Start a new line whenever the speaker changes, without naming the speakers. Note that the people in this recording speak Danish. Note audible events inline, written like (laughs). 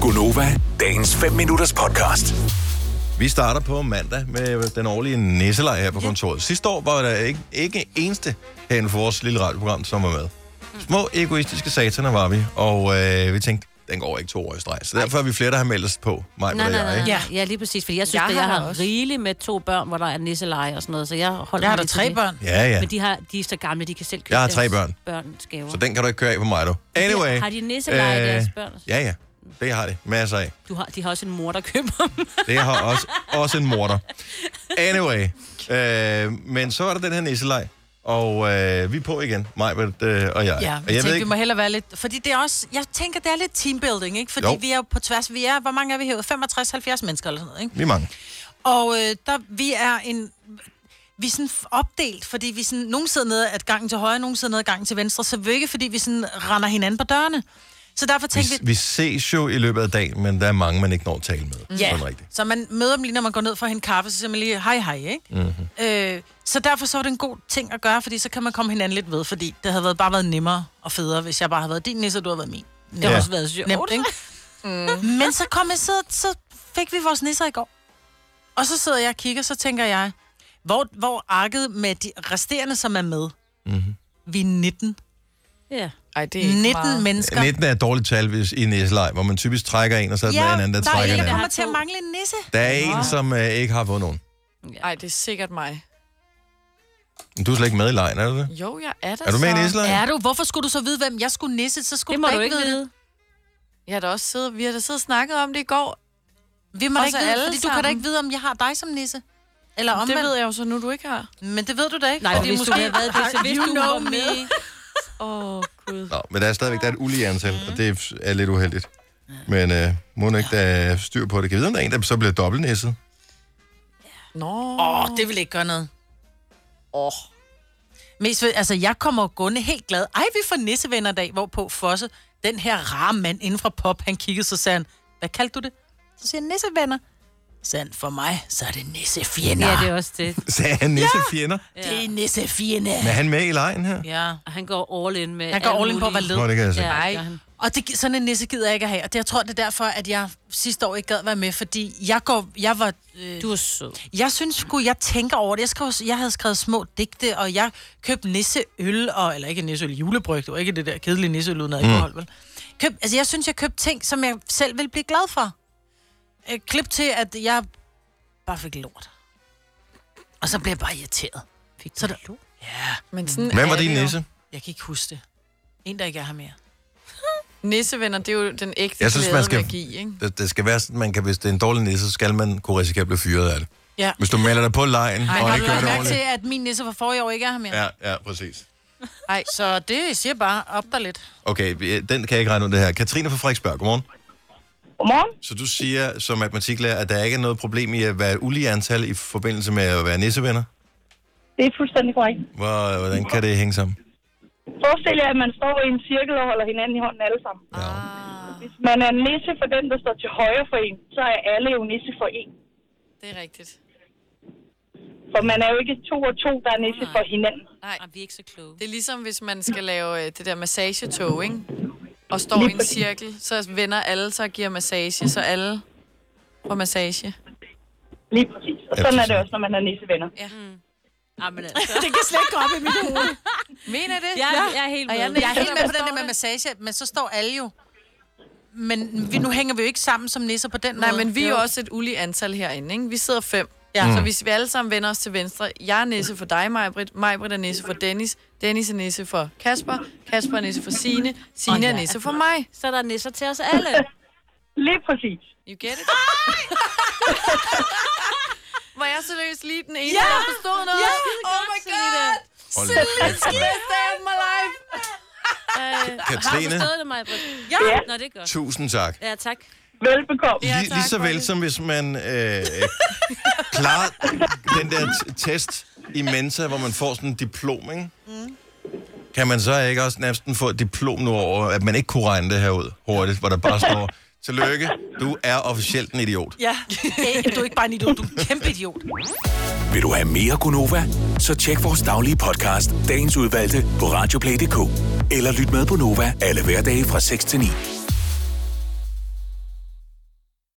Gunova, dagens 5 minutters podcast.
Vi starter på mandag med den årlige nisselej her på kontoret. Sidste år var der ikke, ikke eneste herinde for vores lille radioprogram, som var med. Små egoistiske sataner var vi, og øh, vi tænkte, den går ikke to år i streg. Så derfor er vi flere, der har meldt os på. Mig,
Nej, nej, nej.
jeg,
nej.
ikke?
Ja.
Ja.
ja, lige præcis. Fordi jeg synes,
Jeg
jeg, at jeg
har
har,
da
har
også.
rigeligt med to børn, hvor der er nisseleje og sådan noget, så jeg holder
Jeg har
mig
da
lidt
tre
til det.
børn.
Ja, ja.
Men de, har, de er så gamle, de kan selv købe
Jeg har
deres
tre børn.
børns gaver.
Så den kan du ikke køre af på mig, du. Anyway. øh,
Har de nisseleje, deres børn?
Ja, ja. Det har de. Masser af.
Du har, de har også en mor, der køber dem. (laughs)
Det har også, også en morter. Anyway. Øh, men så var der den her nisselej. Og øh, vi er på igen, Majbert øh, og jeg.
Ja,
og
vi
jeg
tænkte, vi må hellere være lidt... Fordi det er også... Jeg tænker, det er lidt teambuilding, ikke? Fordi
Jo.
jo. vi er jo på tværs... Vi er... Hvor mange er vi herude? 65-70 mennesker eller sådan noget, ikke?
vi er mange.
Og øh, der, vi er en... Vi er sådan opdelt, fordi vi sådan... Nogen sidder nede ad gangen til højre, nogen sidder nede ad gangen til venstre. Så vi ikke, fordi vi sådan render hinanden på dørene. Så derfor tænkte
Vi,
vi...
vi ses jo i løbet af dagen, men der er mange, man ikke når at tale med.
Ja,
Sådan rigtigt.
så man møder dem lige, når man går ned for at hente kaffe, så siger man lige, hej, hej, ikke?
Mhm.
Mm-hmm. Øh, så derfor så var det en god ting at gøre, fordi så kan man komme hinanden lidt ved, fordi det havde været, bare været nemmere og federe, hvis jeg bare havde været din nisse, og du havde været min.
Det har
Ja.
også været sjovt.
Nemt, ikke? Mm. Men så kom jeg, så, så fik vi vores nisser i går. Og så sidder jeg og kigger, så tænker jeg, hvor, hvor arket med de resterende, som er med? Mm-hmm.
Mhm.
Vi er 19.
Ja.
Ej, det er ikke
19
meget.
mennesker.
19 er et dårligt tal hvis, i næselej, hvor man typisk trækker en, og så er der en anden, der,
der er
trækker
en,
en
der
anden.
kommer til at mangle en nisse.
Der er en, som øh, ikke har fået nogen.
Ej, det er sikkert mig.
Men Du er slet ikke med i lejen, er du det?
Jo, jeg er der
Er du med i
så.
næselej?
Er du? Hvorfor skulle du så vide, hvem jeg skulle nisse? Så skulle
Det må
da
du ikke vide.
Jeg har da også siddet, vi har da siddet og snakket om det i går.
Vi må da
Også
ikke vide,
alle
fordi du kan da
sammen.
ikke vide, om jeg har dig som nisse. Eller
Om det
omvendt.
ved jeg jo så nu, du ikke har.
Men det ved du da ikke.
Nej,
fordi
hvis du havde været det, så vidste
you
du, hun
know
var med.
me.
Åh, oh, Gud.
Nå, men der er stadigvæk der er et ulige antal, og det er lidt uheldigt. Men øh, må ikke, der er styr på det. Kan vi vide, om der er en, der så bliver (laughs) dobbeltnæsset?
Nå.
Åh, oh, det vil ikke gøre noget. Åh. Oh. Mest, ved- altså, jeg kommer gående helt glad. Ej, vi får nissevennerdag, hvorpå Fosse, den her rare mand inden for pop, han kiggede, så sagde han, hvad kaldte du det? Så siger jeg, nissevenner. Så sagde han, for mig, så er det nissefjender.
Ja,
Ja,
det
det,
er også det.
Sagde han nissefjender?
er... det er nissefjender.
Men er han med i lejen her?
Ja.
Og han går all in med
Han går
alt
all in på at
muligt.
være led.
Nå, det kan jeg se.
Ja, det
Nej.
gør han.
Og det, sådan en nisse gider jeg ikke at have. Og det, jeg tror, det er derfor, at jeg sidste år ikke gad være med, fordi jeg, går, jeg var... Øh,
Du er sød.
Jeg synes sgu, jeg tænker over det. Jeg, skrev, jeg havde skrevet små digte, og jeg købte nisseøl, og, eller ikke nisseøl, julebryg. Det var ikke det der kedelige nisseøl
Mm.
uden alkohol, vel? Køb, altså, jeg synes, jeg købte ting, som jeg selv ville blive glad for. Øh, klip til, at jeg bare fik lort. Og så blev jeg bare irriteret.
Fik
Så
så
der-
der...
Ja,
Men sådan
Hvem
er
var
det
din
jo.
nisse?
jeg kan ikke huske det. En, der ikke er her mere.
Nissevenner, det er jo den ægte
Jeg synes, man skal-
ved at give, ikke?
Det, det skal være sådan, man kan, hvis det er en dårlig nisse, så skal man kunne risikere at blive fyret af det.
Ja.
Hvis du melder dig på lejen,
Men
og
har
ikke
du
gør
lagt
det
mærke
ordentligt.
til, at min nisse fra forrige år ikke er her mere? Ja.
Ja, ja, præcis.
Ej, så det siger bare op der lidt.
Okay, vi- den kan jeg ikke regne ud det her. Katrine fra Frederiksberg, godmorgen.
Godmorgen.
Så du siger som matematiklærer, at der ikke er noget problem i at være et ulige antal i forbindelse med at være nissevenner?
Det er fuldstændig korrekt.
Hvor- Hvordan kan det hænge sammen?
Forestil jer, at man står i en cirkel og holder hinanden i hånden alle sammen.
Ja.
Hvis man er nisse for den, der står til højre for en, så er alle jo nisse for en.
Det er rigtigt.
For man er jo ikke to og to, der er nisse for hinanden.
Nej,
Ej, vi er ikke så kloge.
det er ligesom, hvis man skal lave øh, det der massagetog, ikke? Og står i en cirkel, så vender alle sig og giver massage, så alle får massage.
Lige præcis. Og
Ja,
sådan er det
præcis.
også, når man er nissevenner.
Ej, men altså.
Det kan slet ikke gå op i mit hoved.
Mener I det?
(laughs) Jeg, jeg er helt med.
Og jeg
Jeg er
nægter
helt med på den der
forstår
med
det.
massage, men så står alle jo. Men vi, nu hænger vi jo ikke sammen som nisser på den
Nej,
måde.
men vi er jo også et ulige antal herinde, ikke? Vi sidder fem.
Ja.
Ja. Mm. Så hvis vi alle sammen vender os til venstre, jeg er nisse for dig, Majbrit, Majbrit er nisse for Dennis, Dennis er nisse for Kasper, Kasper er nisse for Sine, Sine
Og
oh,
jeg
er nisse for mig.
Så er der nisser til os alle.
Lige præcis.
You get it? (laughs) Var jeg seriøst lige den ene, ja! der forstod noget? Ja! Oh my god!
Hold
Sine, it's the best day of my life!
Øh, Har du
Katrine,
forstået det, Maja? Ja. Nå, det er godt.
tusind tak.
Ja, tak.
Velbekomme.
Ja,
Lige,
tak,
lige så vel
Bolle.
som hvis man øh, klarer den der t- test i Mensa, hvor man får sådan en diplom, ikke? Mm. kan man så ikke også næsten få et diplom nu over, at man ikke kunne regne det her ud hurtigt, hvor der bare står, tillykke, du er officielt en idiot.
Ja. Hey, du er ikke bare en idiot, du er en kæmpe idiot.
Vil du have mere Gunova? Så tjek vores daglige podcast, dagens udvalgte, på radioplay.dk. Eller lyt med på Nova alle hverdage fra 6 til 9.